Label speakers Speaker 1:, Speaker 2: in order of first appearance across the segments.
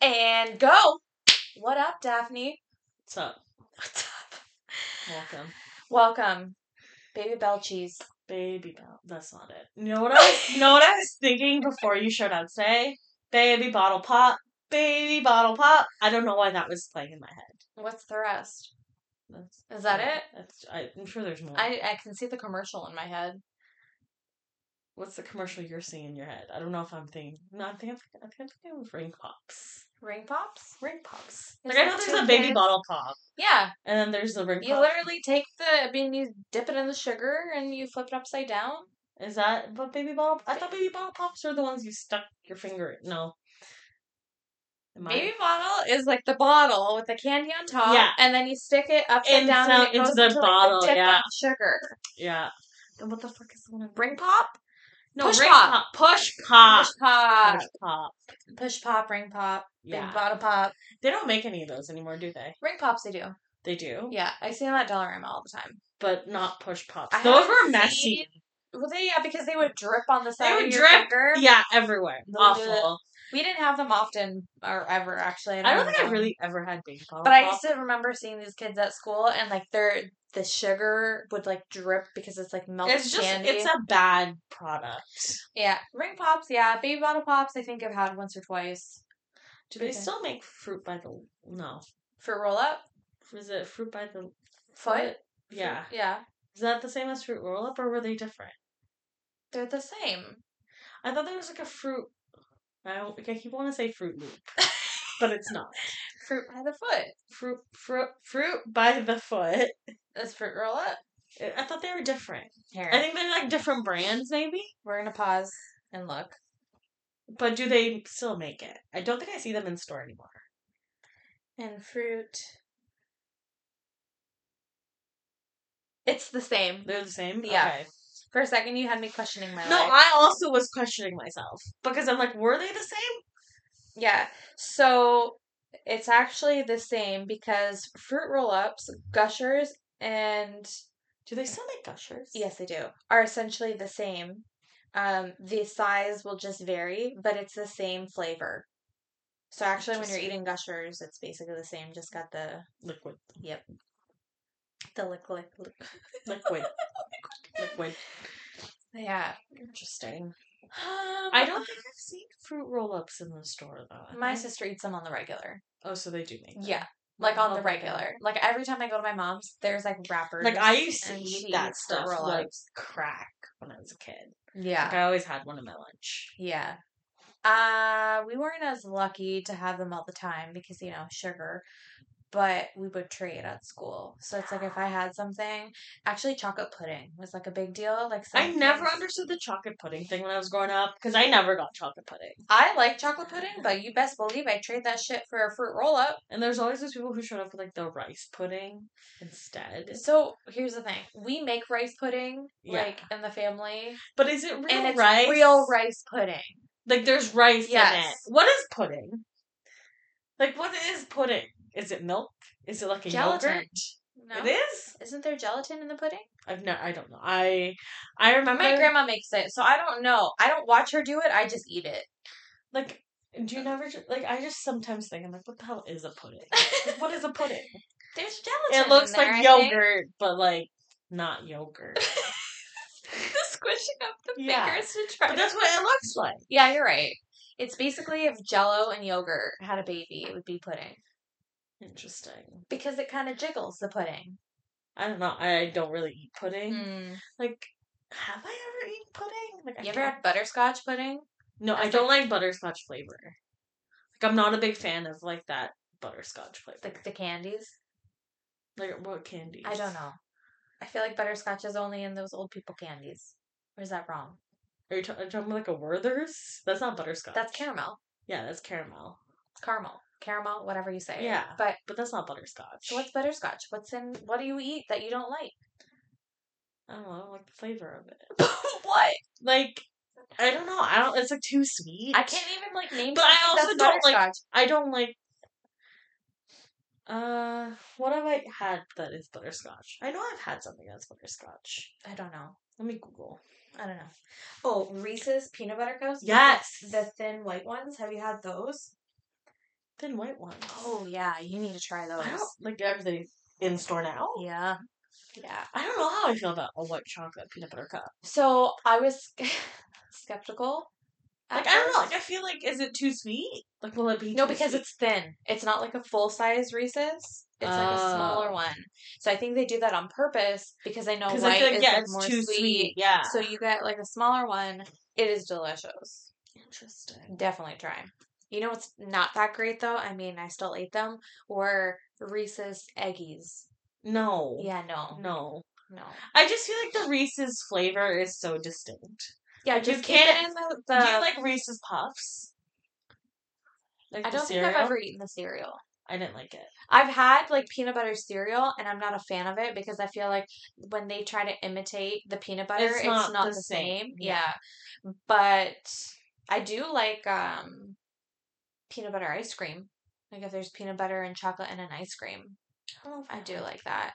Speaker 1: And go. What up, Daphne?
Speaker 2: What's up?
Speaker 1: What's up?
Speaker 2: Welcome.
Speaker 1: Welcome, baby bell cheese.
Speaker 2: Baby bottle. That's not it. You know what I was, you know what I was thinking before you showed up today? Baby bottle pop. Baby bottle pop. I don't know why that was playing in my head.
Speaker 1: What's the rest?
Speaker 2: That's,
Speaker 1: Is that
Speaker 2: yeah,
Speaker 1: it?
Speaker 2: That's, I, I'm sure there's more.
Speaker 1: I I can see the commercial in my head.
Speaker 2: What's the commercial you're seeing in your head? I don't know if I'm thinking. No, I think I'm, I think I'm thinking of ring pops.
Speaker 1: Ring pops.
Speaker 2: Ring pops.
Speaker 1: Is
Speaker 2: Like I know
Speaker 1: that
Speaker 2: there's
Speaker 1: two
Speaker 2: a baby
Speaker 1: kids?
Speaker 2: bottle pop,
Speaker 1: Yeah,
Speaker 2: and then there's the ring
Speaker 1: you
Speaker 2: pop.
Speaker 1: literally take the. I mean, you dip it in the sugar and you flip it upside down.
Speaker 2: Is that what baby bottle? I thought baby bottle pops are the ones you stuck your finger. in. No. Am I-
Speaker 1: Baby bottle is like the bottle with the candy on top.
Speaker 2: Yeah.
Speaker 1: and then you stick it upside
Speaker 2: And
Speaker 1: down
Speaker 2: so-
Speaker 1: and it
Speaker 2: into
Speaker 1: goes
Speaker 2: the
Speaker 1: into, like,
Speaker 2: bottle,
Speaker 1: dip
Speaker 2: yeah.
Speaker 1: of sugar.
Speaker 2: Yeah. Then what the fuck is the one?
Speaker 1: Ring pop.
Speaker 2: No,
Speaker 1: push
Speaker 2: ring
Speaker 1: pop.
Speaker 2: Push pop.
Speaker 1: Push pop.
Speaker 2: Push pop.
Speaker 1: Push pop. Ring pop.
Speaker 2: Yeah.
Speaker 1: Big bottle pop.
Speaker 2: They don't make any of those anymore, do they?
Speaker 1: Ring pops. They do.
Speaker 2: They do,
Speaker 1: Yeah, I see them at Dollarama all the time.
Speaker 2: but not push pops.
Speaker 1: I
Speaker 2: those
Speaker 1: haven't
Speaker 2: were messy.
Speaker 1: Well, they yeah, because they would drip on the side
Speaker 2: would
Speaker 1: of your
Speaker 2: drip.
Speaker 1: finger.
Speaker 2: Yeah, everywhere.
Speaker 1: Bleh.
Speaker 2: Awful.
Speaker 1: We didn't have them often or ever actually.
Speaker 2: I don't think I
Speaker 1: know.
Speaker 2: really ever had baby bottle
Speaker 1: But I
Speaker 2: pop.
Speaker 1: used to remember seeing these kids at school and like their the sugar would like drip because it's like melted
Speaker 2: It's just
Speaker 1: candy.
Speaker 2: it's a bad product.
Speaker 1: yeah, ring pops. Yeah, baby bottle pops. I think I've had once or twice.
Speaker 2: Do they
Speaker 1: Okay.
Speaker 2: still make fruit by the no?
Speaker 1: for roll up
Speaker 2: Was it fruit by the
Speaker 1: foot?
Speaker 2: Yeah.
Speaker 1: yeah,
Speaker 2: Is that the same as fruit roll up, or were they different?
Speaker 1: they're the same.
Speaker 2: I thought there was like a fruit. I don't, I keep wanting to say fruit loop, but it's not.
Speaker 1: Fruit by the foot.
Speaker 2: fruit fruit fruit by the foot.
Speaker 1: That's fruit roll up.
Speaker 2: I I thought they were different.
Speaker 1: Here,
Speaker 2: I think they're like different brands, maybe.
Speaker 1: we're gonna pause and look.
Speaker 2: But do they still make it? I don't think I see them in store anymore.
Speaker 1: and fruit. It's the same.
Speaker 2: They're the same.
Speaker 1: Yeah.
Speaker 2: Okay.
Speaker 1: For a second, you had me questioning my
Speaker 2: No,
Speaker 1: life.
Speaker 2: I also was questioning myself because I'm like, were they the same?
Speaker 1: yeah. So it's actually the same because fruit roll ups, gushers, and
Speaker 2: Do they still make gushers?
Speaker 1: yes, they do, are essentially the same. Um, the size will just vary, but it's the same flavor. So actually, when you're
Speaker 2: Interesting.
Speaker 1: eating gushers, it's basically the same. Just got the
Speaker 2: Liquid.
Speaker 1: the lick lick. lick.
Speaker 2: Liquid. Liquid.
Speaker 1: Yeah.
Speaker 2: Interesting.
Speaker 1: Um,
Speaker 2: I don't think I've seen fruit roll ups in the store though.
Speaker 1: My
Speaker 2: I-
Speaker 1: sister eats them on the regular.
Speaker 2: Oh, so they do make them.
Speaker 1: Yeah. Like on
Speaker 2: Oh
Speaker 1: the
Speaker 2: my God.
Speaker 1: regular. Like every time I go to my mom's, there's like wrappers.
Speaker 2: Like I used to
Speaker 1: and
Speaker 2: eat
Speaker 1: she
Speaker 2: that
Speaker 1: eats the
Speaker 2: stuff like
Speaker 1: roll-ups.
Speaker 2: crack when I was a kid. Like,
Speaker 1: Yeah.
Speaker 2: I always had one in my lunch.
Speaker 1: Yeah. Uh we weren't as lucky to have them all the time because, you know, sugar. But we would trade at school. So it's like if I had something actually chocolate pudding was like a big deal. Like
Speaker 2: I
Speaker 1: some
Speaker 2: never
Speaker 1: things-
Speaker 2: understood the chocolate pudding thing when I was growing up because I never got chocolate pudding.
Speaker 1: I like chocolate pudding, but you best believe I trade that shit for a fruit roll up.
Speaker 2: And there's always those people who showed up with like the rice pudding instead.
Speaker 1: So here's the thing. We make rice pudding
Speaker 2: Yeah.
Speaker 1: like in the family.
Speaker 2: But is it real
Speaker 1: and it's
Speaker 2: rice?
Speaker 1: real rice pudding.
Speaker 2: Like there's rice in it.
Speaker 1: Yes.
Speaker 2: What is pudding? Like what is pudding? Is it milk? Is it like a
Speaker 1: Gelatin.
Speaker 2: yogurt?
Speaker 1: No,
Speaker 2: It is.
Speaker 1: isn't there gelatin in the pudding?
Speaker 2: I've no. I don't know. I I remember
Speaker 1: My grandma makes it, so I don't know. I don't watch her do it. I just eat it.
Speaker 2: like. Do you never ju- like? I just sometimes think I'm like, what the hell is a pudding? Like, what is a pudding?
Speaker 1: There's
Speaker 2: It
Speaker 1: gelatin.
Speaker 2: looks
Speaker 1: in there,
Speaker 2: like
Speaker 1: I think.
Speaker 2: yogurt, but like not yogurt.
Speaker 1: The squishing up the
Speaker 2: Yeah.
Speaker 1: fingers to try.
Speaker 2: But
Speaker 1: to-
Speaker 2: that's what it looks like.
Speaker 1: yeah, you're right. It's basically if Jello and yogurt had a baby, it would be pudding
Speaker 2: Interesting.
Speaker 1: because it kind of jiggles the pudding.
Speaker 2: I don't know. I don't really eat pudding.
Speaker 1: Mm.
Speaker 2: Like, have I ever eaten pudding? Like,
Speaker 1: You
Speaker 2: I
Speaker 1: ever
Speaker 2: don't-
Speaker 1: had butterscotch pudding?
Speaker 2: No, I
Speaker 1: That's
Speaker 2: don't like butterscotch flavor. Like, I'm not a big fan of like that butterscotch flavor.
Speaker 1: The the candies?
Speaker 2: Like, what candy?
Speaker 1: I don't know. I feel like butterscotch is only in those old people candies. Or is that wrong?
Speaker 2: Are you, ta- are you talking about like a Werther's? That's not butterscotch.
Speaker 1: That's caramel,
Speaker 2: Yeah, that's caramel,
Speaker 1: caramel, caramel, whatever you say.
Speaker 2: Yeah.
Speaker 1: but
Speaker 2: but that's not butterscotch.
Speaker 1: So what's butterscotch? What's in? What do you eat that you don't like?
Speaker 2: I don't know. I don't like the flavor of it.
Speaker 1: what?
Speaker 2: Like, I don't know. I don't. It's like too sweet.
Speaker 1: I can't even like name.
Speaker 2: But I
Speaker 1: something
Speaker 2: also
Speaker 1: that's
Speaker 2: don't like-
Speaker 1: butterscotch.
Speaker 2: I don't like. Uh, what have I had that is butterscotch? I know I've had something that's butterscotch.
Speaker 1: I don't know.
Speaker 2: Let me Google.
Speaker 1: I don't know. Oh, Reese's peanut butter cups.
Speaker 2: Yes.
Speaker 1: The thin white ones. Have you had those?
Speaker 2: Thin white ones.
Speaker 1: Oh yeah, you need to try those.
Speaker 2: I don't like are they in store now?
Speaker 1: Yeah. Yeah.
Speaker 2: I don't know how I feel about a white chocolate peanut butter cup.
Speaker 1: So I was skeptical. at
Speaker 2: Like I don't know.
Speaker 1: first.
Speaker 2: Like I feel like is it too sweet? Like will it be
Speaker 1: No,
Speaker 2: too
Speaker 1: because
Speaker 2: sweet?
Speaker 1: it's thin. It's not like a full size Reese's. It's like a smaller
Speaker 2: Oh.
Speaker 1: one. So I think they do that on purpose because they know white
Speaker 2: I feel like
Speaker 1: is
Speaker 2: yeah,
Speaker 1: like
Speaker 2: it's
Speaker 1: more
Speaker 2: too
Speaker 1: sweet.
Speaker 2: sweet. Yeah.
Speaker 1: So you get like a smaller one. It is delicious.
Speaker 2: interesting.
Speaker 1: Definitely try. 'em. You know what's not that great though? I mean, I still ate them. Were Reese's eggies?
Speaker 2: No.
Speaker 1: Yeah, no,
Speaker 2: Oh. No.
Speaker 1: no.
Speaker 2: I just feel like the Reese's flavor is so distinct.
Speaker 1: Yeah,
Speaker 2: Like, you
Speaker 1: just keep
Speaker 2: can't-
Speaker 1: it in the.
Speaker 2: Do
Speaker 1: the
Speaker 2: you like Reese's Puffs? Like
Speaker 1: I
Speaker 2: the
Speaker 1: don't think
Speaker 2: cereal?
Speaker 1: I've ever eaten the cereal.
Speaker 2: I didn't like it.
Speaker 1: I've had like peanut butter cereal, and I'm not a fan of it because I feel like when they try to imitate the peanut butter, it's not, the, same. Yeah.
Speaker 2: yeah.
Speaker 1: but I do like um peanut butter ice cream. Like if there's peanut butter and chocolate in an ice cream,
Speaker 2: I don't know if
Speaker 1: I do like that.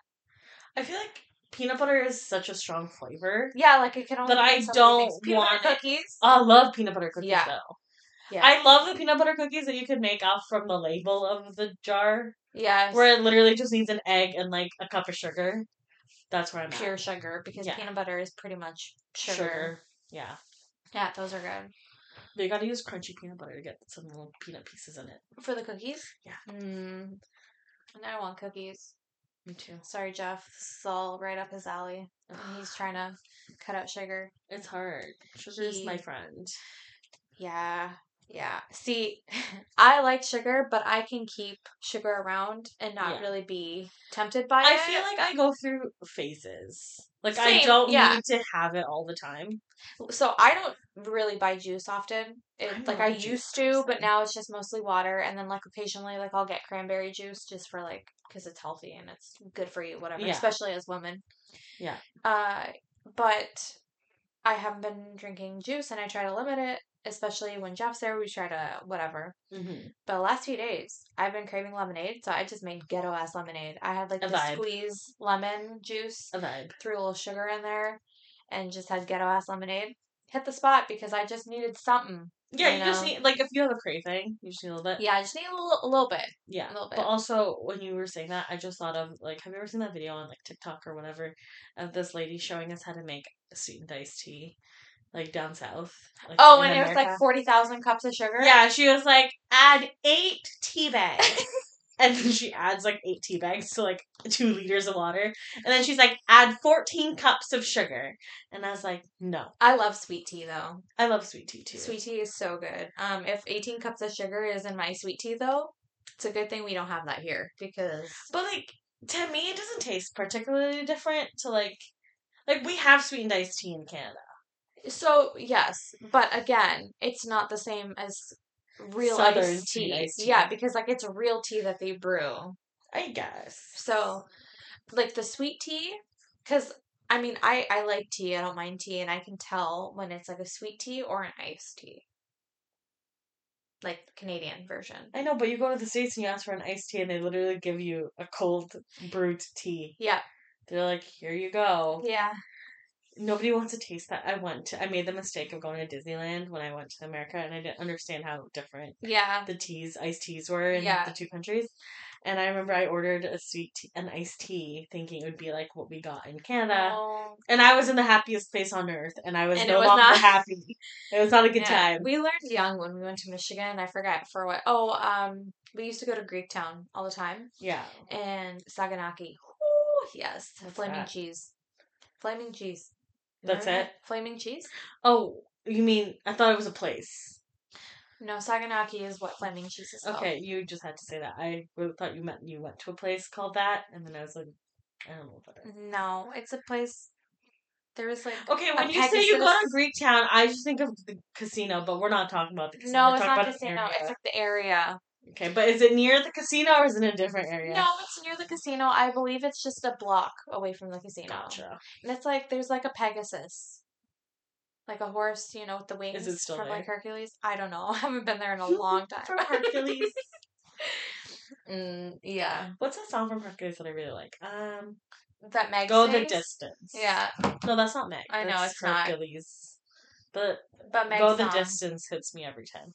Speaker 2: I feel like peanut butter is such a strong flavor.
Speaker 1: Yeah, like it can only.
Speaker 2: But
Speaker 1: be
Speaker 2: I
Speaker 1: so many
Speaker 2: don't
Speaker 1: things. peanut butter
Speaker 2: want it.
Speaker 1: cookies.
Speaker 2: I love peanut butter cookies
Speaker 1: Yeah.
Speaker 2: though.
Speaker 1: yeah,
Speaker 2: I love the peanut butter cookies that you could make off from the label of the jar,
Speaker 1: yes,
Speaker 2: where it literally just needs an egg and like a cup of sugar. That's where I'm
Speaker 1: pure
Speaker 2: at.
Speaker 1: sugar because
Speaker 2: Yeah.
Speaker 1: peanut butter is pretty much sugar.
Speaker 2: Yeah.
Speaker 1: Yeah, those are good
Speaker 2: They gotta use crunchy peanut butter to get some little peanut pieces in it.
Speaker 1: for the cookies.
Speaker 2: Yeah.
Speaker 1: Mm. And I want cookies.
Speaker 2: Me too.
Speaker 1: Sorry, Jeff. This is all right up his alley. And He's trying to cut out sugar.
Speaker 2: It's hard. Sugar's
Speaker 1: He-
Speaker 2: my friend.
Speaker 1: Yeah. Yeah. See, I like sugar, but I can keep sugar around and not
Speaker 2: Yeah.
Speaker 1: really be tempted by
Speaker 2: I
Speaker 1: it.
Speaker 2: feel like I go through phases. Like I
Speaker 1: Same,
Speaker 2: don't
Speaker 1: yeah.
Speaker 2: need to have it all the time.
Speaker 1: so I don't really buy juice often. It,
Speaker 2: I'm
Speaker 1: like
Speaker 2: not
Speaker 1: I
Speaker 2: a juice
Speaker 1: used to, but
Speaker 2: person.
Speaker 1: now it's just mostly water and then like occasionally like I'll get cranberry juice just for like cuz it's healthy and it's good for you whatever,
Speaker 2: Yeah.
Speaker 1: especially as women.
Speaker 2: Yeah.
Speaker 1: Uh but I haven't been drinking juice and I try to limit it, especially when Jeff's there, we try to whatever.
Speaker 2: Mm-hmm.
Speaker 1: But the last few days, I've been craving lemonade, so I just made ghetto ass lemonade. I had like
Speaker 2: A
Speaker 1: the
Speaker 2: vibe.
Speaker 1: squeeze lemon juice,
Speaker 2: A vibe.
Speaker 1: threw a little sugar in there, and just had ghetto ass lemonade. Hit the spot because I just needed something.
Speaker 2: Yeah,
Speaker 1: You
Speaker 2: you, just
Speaker 1: know.
Speaker 2: need like if you have a craving, you just need a little bit.
Speaker 1: Yeah, I just need a little, a little bit.
Speaker 2: Yeah.
Speaker 1: A little
Speaker 2: But
Speaker 1: bit.
Speaker 2: also when you were saying that, I just thought of like have you ever seen that video on like TikTok or whatever of this lady showing us how to make sweetened iced tea? Like down south. Like
Speaker 1: Oh,
Speaker 2: in
Speaker 1: and it was like
Speaker 2: America?
Speaker 1: forty thousand cups of sugar.
Speaker 2: Yeah, she was like, add eight tea bags. and then she adds like eight tea bags to like two liters of water. And then she's like, add 14 cups of sugar. And I was like, no,
Speaker 1: I love sweet tea though.
Speaker 2: I love sweet tea too.
Speaker 1: Sweet tea is so good. Um, if eighteen cups of sugar is in my sweet tea though, it's a good thing we don't have that here because
Speaker 2: But like, to me, it doesn't taste particularly different to like, like we have sweetened iced tea in Canada.
Speaker 1: So yes, but again, it's not the same as real
Speaker 2: Southern
Speaker 1: iced
Speaker 2: sweet
Speaker 1: tea.
Speaker 2: iced tea.
Speaker 1: Yeah, because like it's real tea that they brew.
Speaker 2: I guess.
Speaker 1: So like the sweet tea, because I mean I I like tea. I don't mind tea, and I can tell when it's like a sweet tea or an iced tea, like Canadian version.
Speaker 2: I know, but you go to the States and you ask for an iced tea and they literally give you a cold brewed tea.
Speaker 1: Yeah,
Speaker 2: They're like, here you go.
Speaker 1: yeah,
Speaker 2: nobody wants to taste that. I went. To, I made the mistake of going to Disneyland when I went to America, and I didn't understand how different
Speaker 1: yeah.
Speaker 2: the teas, iced teas, were in
Speaker 1: Yeah.
Speaker 2: the two countries. And I remember I ordered a sweet, tea, an iced tea, thinking it would be like what we got in Canada.
Speaker 1: Oh,
Speaker 2: And I was in the happiest place on earth, and I was
Speaker 1: And it
Speaker 2: no
Speaker 1: was
Speaker 2: longer
Speaker 1: not-
Speaker 2: happy. It was not a good
Speaker 1: yeah.
Speaker 2: time.
Speaker 1: We learned young when we went to Michigan. I forgot for what. Oh, um, we used to go to Greektown all the time.
Speaker 2: Yeah,
Speaker 1: and Saganaki. Ooh, yes,
Speaker 2: What's
Speaker 1: flaming
Speaker 2: that?
Speaker 1: cheese. Flaming cheese. You
Speaker 2: that's
Speaker 1: remember
Speaker 2: it.
Speaker 1: that? Flaming cheese?
Speaker 2: Oh, you mean I thought it was a place?
Speaker 1: No, Saganaki is what flaming cheese is. called.
Speaker 2: Okay, you just had to say that. I really thought you meant you went to a place called that, and then I was like, I don't know what that is.
Speaker 1: No, it's a place. There was like
Speaker 2: Okay, when you say you go to
Speaker 1: Pegasus-
Speaker 2: Greek Town, I just think of the casino, but we're not talking about the casino.
Speaker 1: no,
Speaker 2: We're
Speaker 1: it's
Speaker 2: talking
Speaker 1: not
Speaker 2: about an
Speaker 1: casino. It's
Speaker 2: area.
Speaker 1: like the area.
Speaker 2: okay, but is it near the casino or is it in a different area?
Speaker 1: No, it's near the casino. I believe it's just a block away from the casino.
Speaker 2: Gotcha.
Speaker 1: And it's like there's like a Pegasus, like a horse, you know, with the wings
Speaker 2: still
Speaker 1: from
Speaker 2: there?
Speaker 1: like Hercules. I don't know. I haven't been there in a long time.
Speaker 2: From Hercules.
Speaker 1: Mm, yeah.
Speaker 2: What's that song from Hercules that I really like? Um,
Speaker 1: that Meg
Speaker 2: Go the
Speaker 1: sings?
Speaker 2: Distance.
Speaker 1: Yeah,
Speaker 2: No, that's not Meg.
Speaker 1: I know,
Speaker 2: that's
Speaker 1: it's not.
Speaker 2: Hercules. But
Speaker 1: but Meg's
Speaker 2: Go the
Speaker 1: song.
Speaker 2: Distance hits me every time.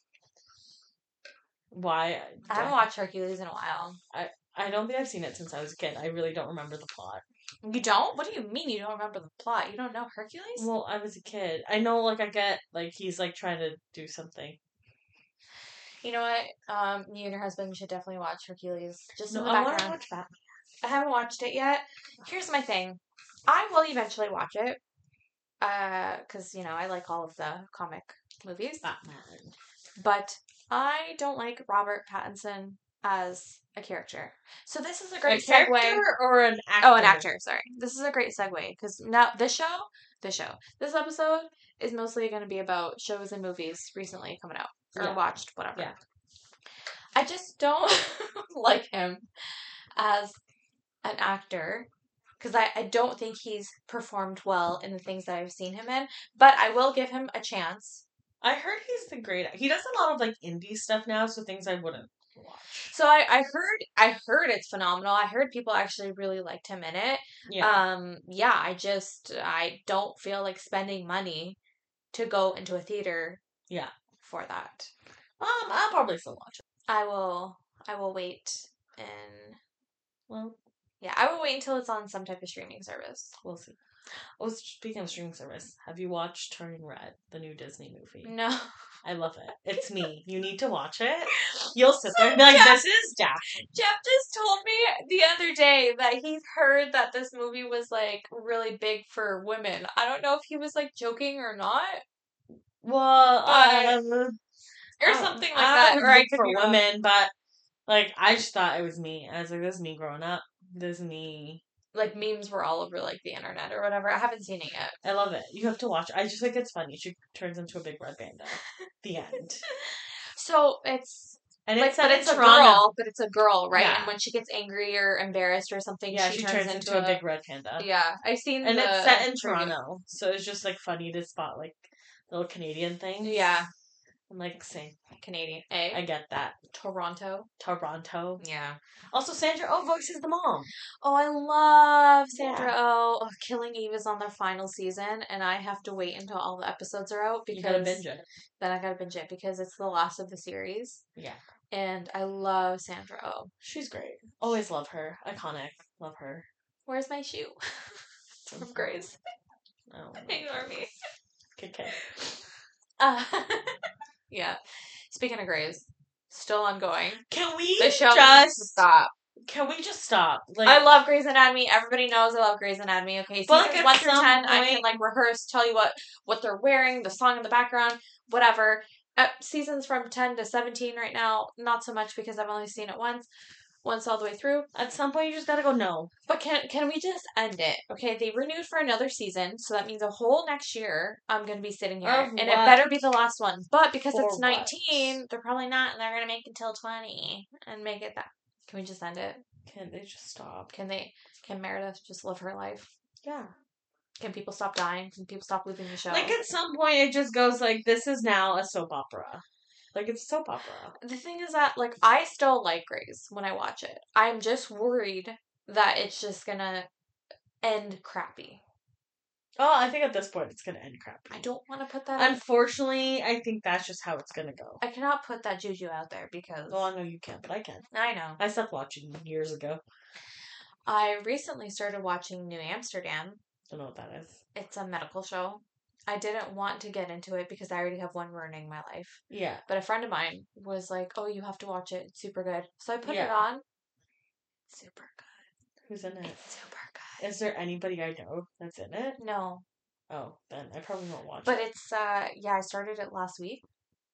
Speaker 2: why
Speaker 1: I haven't watched Hercules in a while.
Speaker 2: I don't think I've seen it since I was a kid. I really don't remember the plot.
Speaker 1: You don't? What do you mean you don't remember the plot? You don't know Hercules?
Speaker 2: Well, I was a kid. I know, like, I get, like, he's, like, trying to do something.
Speaker 1: you know what? Um, you and your husband should definitely watch Hercules. Just
Speaker 2: No,
Speaker 1: in the
Speaker 2: I want
Speaker 1: background.
Speaker 2: to watch Batman.
Speaker 1: I haven't watched it yet. Here's my thing. I will eventually watch it. Uh, cause you know, I like all of the comic movies.
Speaker 2: Batman.
Speaker 1: But I don't like Robert Pattinson as a character. So this is a
Speaker 2: A
Speaker 1: great segue.
Speaker 2: character or an actor?
Speaker 1: Oh, an actor. Sorry. This is a great segue because now this show, this show, this episode is mostly going to be about shows and movies recently coming out or
Speaker 2: Yeah.
Speaker 1: watched, whatever.
Speaker 2: Yeah.
Speaker 1: I just don't like him as an actor because I, I don't think he's performed well in the things that I've seen him in, but I will give him a chance.
Speaker 2: I heard he's the great. He does a lot of like indie stuff now, so things I wouldn't watch.
Speaker 1: So I, I heard I heard it's phenomenal. I heard people actually really liked him in it.
Speaker 2: Yeah,
Speaker 1: Um, yeah, I just I don't feel like spending money to go into a theater.
Speaker 2: Yeah.
Speaker 1: For that,
Speaker 2: um, I'll probably still watch it.
Speaker 1: I will. I will wait, and
Speaker 2: Well,
Speaker 1: yeah, I will wait until it's on some type of streaming service.
Speaker 2: we'll see. Oh, speaking of streaming service, have you watched Turning Red, the new Disney movie?
Speaker 1: No,
Speaker 2: I love it. It's me. You need to watch it. You'll sit there and be like, "This is Dash."
Speaker 1: Jeff just told me the other day that he heard that this movie was like really big for women. I don't know if he was like joking or not
Speaker 2: Well,
Speaker 1: But- or
Speaker 2: uh, I don't-
Speaker 1: something like
Speaker 2: I
Speaker 1: that.
Speaker 2: don't
Speaker 1: Or I
Speaker 2: think
Speaker 1: could
Speaker 2: for
Speaker 1: be wrong.
Speaker 2: women, but like I just thought it was me. I was like, "This is me growing up. This is me."
Speaker 1: like memes were all over like the internet or whatever. I haven't seen it yet.
Speaker 2: I love it. You have to watch. it. I just think it's funny. She turns into a big red panda. The end.
Speaker 1: So it's
Speaker 2: And
Speaker 1: like,
Speaker 2: it's
Speaker 1: but
Speaker 2: set in
Speaker 1: it's a
Speaker 2: Toronto.
Speaker 1: girl, but it's a girl, right?
Speaker 2: Yeah.
Speaker 1: And when she gets angry or embarrassed or something,
Speaker 2: Yeah, she, turns, into, a big red panda.
Speaker 1: Yeah, I've seen.
Speaker 2: And
Speaker 1: the
Speaker 2: it's set in
Speaker 1: preview.
Speaker 2: Toronto, so it's just like funny to spot like little Canadian things.
Speaker 1: Yeah,
Speaker 2: I'm like saying
Speaker 1: Canadian. Eh?
Speaker 2: I get that
Speaker 1: Toronto.
Speaker 2: Toronto.
Speaker 1: Yeah.
Speaker 2: Also, Sandra Oh voices the mom.
Speaker 1: Oh, I love Sandra Oh. oh. Killing Eve is on their final season, and I have to wait until all the episodes are out
Speaker 2: you gotta
Speaker 1: because
Speaker 2: binge it.
Speaker 1: then I gotta binge it because it's the last of the series,
Speaker 2: Yeah,
Speaker 1: and I love Sandra Oh.
Speaker 2: she's great. Always love her. Iconic. Love her.
Speaker 1: Where's my shoe? From Grace.
Speaker 2: Oh,
Speaker 1: Ignore me.
Speaker 2: okay.
Speaker 1: Uh, yeah. Speaking of Grays, still ongoing.
Speaker 2: Can we
Speaker 1: The show needs to
Speaker 2: just
Speaker 1: stop.
Speaker 2: can we just stop? Like
Speaker 1: I love Grey's Anatomy. Everybody knows I love Grey's Anatomy. Okay,
Speaker 2: But,
Speaker 1: seasons
Speaker 2: like, at
Speaker 1: one through
Speaker 2: some
Speaker 1: ten, I can
Speaker 2: point-
Speaker 1: like rehearse, tell you what what they're wearing, the song in the background, whatever. Uh, seasons from ten to seventeen right now, not so much because I've only seen it once, once all the way through.
Speaker 2: at some point you just gotta go no.
Speaker 1: But can can we just end it? Okay, they renewed for another season, so that means a whole next year I'm gonna be sitting here,
Speaker 2: Of
Speaker 1: and it
Speaker 2: what?
Speaker 1: better be the last one. But because
Speaker 2: For
Speaker 1: it's
Speaker 2: what?
Speaker 1: nineteen, they're probably not, and they're gonna make it till twenty and make it that. Can we just end it?
Speaker 2: Can they just stop?
Speaker 1: Can they? Can Meredith just live her life?
Speaker 2: Yeah.
Speaker 1: Can people stop dying? Can people stop losing the show?
Speaker 2: Like at some point, it just goes like, "This is now a soap opera." Like it's a soap opera.
Speaker 1: uh, the thing is that like I still like Grace when I watch it. I'm just worried that it's just gonna end crappy.
Speaker 2: Oh, I think at this point it's gonna end crap.
Speaker 1: I don't want to put that. out
Speaker 2: Unfortunately, I think that's just how it's gonna go.
Speaker 1: I cannot put that juju out there because
Speaker 2: Well, I know you can't, but I can.
Speaker 1: I know.
Speaker 2: I stopped watching years ago.
Speaker 1: I recently started watching New Amsterdam.
Speaker 2: Don't know what that is.
Speaker 1: It's a medical show. I didn't want to get into it because I already have one ruining my life.
Speaker 2: Yeah,
Speaker 1: But a friend of mine was like, "Oh, you have to watch it. It's super good." So I put it
Speaker 2: Yeah.
Speaker 1: on. Super good.
Speaker 2: who's in it?
Speaker 1: It's super good.
Speaker 2: Is there anybody I know that's in it?
Speaker 1: No,
Speaker 2: Oh, then I probably won't watch
Speaker 1: but
Speaker 2: it.
Speaker 1: it's uh yeah, I started it last week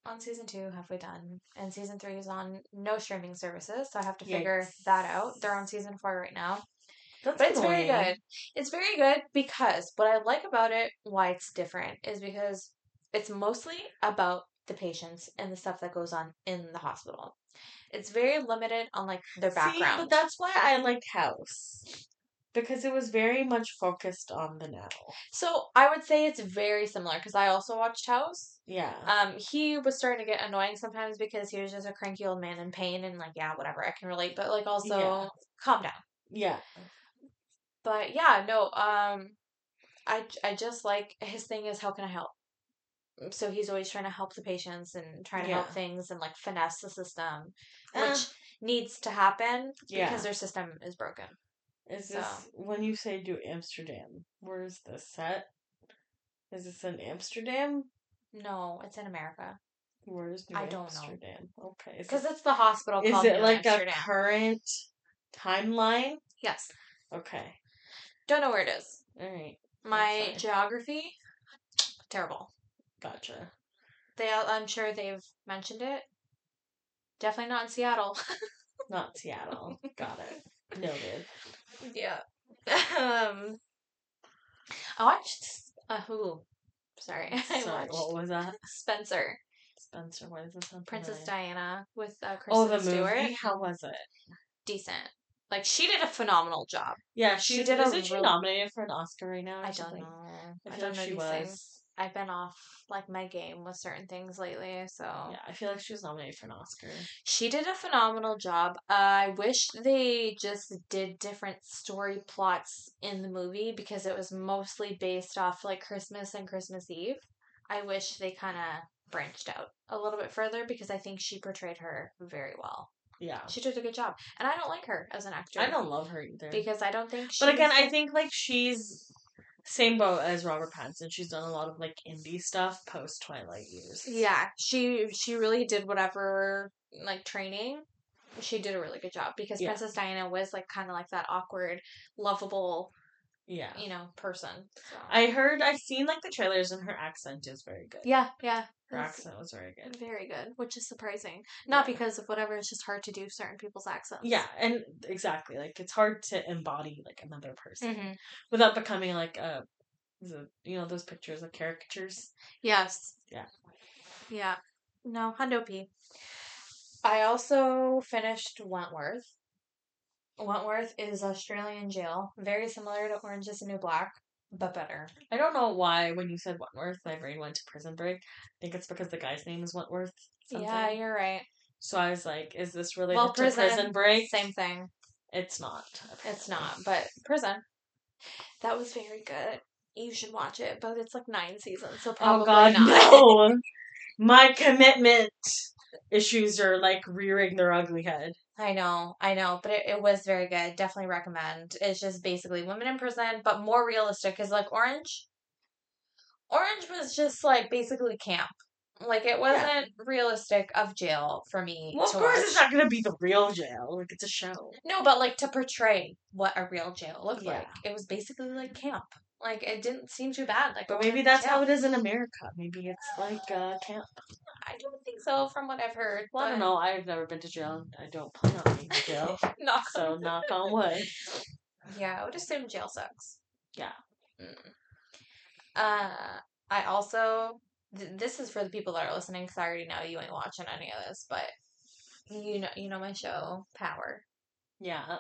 Speaker 1: on season two, halfway done, and season three is on no streaming services, so I have to figure
Speaker 2: Yikes.
Speaker 1: that out. They're on season four right now,
Speaker 2: That's
Speaker 1: but it's very
Speaker 2: annoying.
Speaker 1: good. It's very good because what I like about it, why it's different, is because it's mostly about the patients and the stuff that goes on in the hospital. It's very limited on like their background.
Speaker 2: See, but that's why I liked House because it was very much focused on the now.
Speaker 1: so I would say it's very similar because I also watched House.
Speaker 2: Yeah.
Speaker 1: Um, he was starting to get annoying sometimes because he was just a cranky old man in pain and like, yeah, whatever, I can relate, but like also
Speaker 2: Yeah.
Speaker 1: calm down.
Speaker 2: yeah.
Speaker 1: But yeah, no, um I I just like his thing is how can I help? so he's always trying to help the patients and trying to help
Speaker 2: Yeah.
Speaker 1: things and like finesse the system, which
Speaker 2: Uh,
Speaker 1: needs to happen
Speaker 2: Yeah.
Speaker 1: because their system is broken.
Speaker 2: Is
Speaker 1: So.
Speaker 2: this when you say do Amsterdam? Where is this set? Is this in Amsterdam?
Speaker 1: No, it's in America
Speaker 2: Where is New
Speaker 1: I don't know.
Speaker 2: Amsterdam? Okay, is
Speaker 1: because
Speaker 2: it,
Speaker 1: it's the hospital
Speaker 2: is
Speaker 1: called
Speaker 2: it
Speaker 1: New
Speaker 2: like
Speaker 1: Amsterdam.
Speaker 2: a current timeline?
Speaker 1: yes,
Speaker 2: Okay,
Speaker 1: don't know where it is.
Speaker 2: all right,
Speaker 1: My
Speaker 2: fine.
Speaker 1: geography terrible.
Speaker 2: gotcha.
Speaker 1: They, I'm sure they've mentioned it. Definitely not in Seattle.
Speaker 2: Not Seattle. Got it. Noted.
Speaker 1: Yeah. um, I watched. Uh, ooh, sorry, I
Speaker 2: Sorry,
Speaker 1: watched
Speaker 2: what was that?
Speaker 1: Spencer,
Speaker 2: Spencer, what is this? I'm
Speaker 1: Princess
Speaker 2: familiar.
Speaker 1: Diana with uh, Kristen
Speaker 2: Oh, the
Speaker 1: Stewart.
Speaker 2: movie. How was it?
Speaker 1: Decent. Like she did a phenomenal job.
Speaker 2: Yeah,
Speaker 1: She
Speaker 2: she,
Speaker 1: did
Speaker 2: did.
Speaker 1: a
Speaker 2: Isn't she
Speaker 1: real-
Speaker 2: nominated for an Oscar right now?
Speaker 1: I
Speaker 2: or
Speaker 1: don't
Speaker 2: something?
Speaker 1: know.
Speaker 2: I
Speaker 1: I,
Speaker 2: feel
Speaker 1: don't
Speaker 2: like
Speaker 1: know
Speaker 2: she
Speaker 1: these
Speaker 2: was.
Speaker 1: things. I've been off like my game with certain things lately, so
Speaker 2: Yeah, I feel like she was nominated for an Oscar.
Speaker 1: she did a phenomenal job. I wish they just did different story plots in the movie because it was mostly based off like Christmas and Christmas Eve. I wish they kind of branched out a little bit further because I think she portrayed her very well.
Speaker 2: Yeah,
Speaker 1: She did a good job, and I don't like her as an actor.
Speaker 2: I don't love her either.
Speaker 1: because I don't think. She
Speaker 2: But again,
Speaker 1: was
Speaker 2: I
Speaker 1: the-
Speaker 2: think like she's same boat as Robert Pattinson. She's done a lot of like indie stuff post Twilight years.
Speaker 1: Yeah, she she really did whatever like training. She did a really good job because
Speaker 2: Yeah.
Speaker 1: Princess Diana was like kind of like that awkward, lovable,
Speaker 2: yeah.
Speaker 1: you know, person. So.
Speaker 2: I heard I've seen like the trailers, and her accent is very good.
Speaker 1: yeah, yeah,
Speaker 2: her
Speaker 1: it's
Speaker 2: accent was very good.
Speaker 1: very good, which is surprising. Not
Speaker 2: Yeah.
Speaker 1: because of whatever; it's just hard to do certain people's accents.
Speaker 2: Yeah, and exactly like it's hard to embody like another person
Speaker 1: Mhm.
Speaker 2: without becoming like a, the- you know those pictures of caricatures.
Speaker 1: Yes.
Speaker 2: Yeah.
Speaker 1: Yeah. No, Hundo P. I also finished Wentworth. Wentworth is Australian jail, very similar to Orange is the New Black, but better.
Speaker 2: I don't know why when you said Wentworth, my brain went to Prison Break. I think it's because the guy's name is Wentworth. Something.
Speaker 1: Yeah, you're right.
Speaker 2: So I was like, is this related
Speaker 1: Well,
Speaker 2: to
Speaker 1: prison,
Speaker 2: Prison Break?
Speaker 1: Same thing.
Speaker 2: It's not.
Speaker 1: It's not, but prison. That was very good. You should watch it, but it's like nine seasons, so probably
Speaker 2: oh God,
Speaker 1: not.
Speaker 2: no! My commitment issues are like rearing their ugly head.
Speaker 1: I know, I know, but it, it was very good. Definitely recommend. It's just basically women in prison, but more realistic. Cause like Orange, Orange was just like basically camp. Like it wasn't realistic of jail for me.
Speaker 2: Well, of
Speaker 1: to
Speaker 2: course,
Speaker 1: watch.
Speaker 2: it's not gonna be the real jail. Like it's a show.
Speaker 1: No, but like to portray what a real jail looked
Speaker 2: Yeah.
Speaker 1: like. It was basically like camp. Like it didn't seem too bad. Like
Speaker 2: But
Speaker 1: going to
Speaker 2: maybe that's
Speaker 1: jail.
Speaker 2: how it is in America. Maybe it's like uh, camp.
Speaker 1: I don't think so, from what I've heard.
Speaker 2: Well, I don't
Speaker 1: but-
Speaker 2: know. I've never been to jail. I don't plan on being to jail.
Speaker 1: No.
Speaker 2: so knock on wood.
Speaker 1: Yeah, I would assume jail sucks.
Speaker 2: Yeah.
Speaker 1: Mm. Uh, I also th- this is for the people that are listening because I already know you ain't watching any of this, but you know you know my show Power.
Speaker 2: Yeah.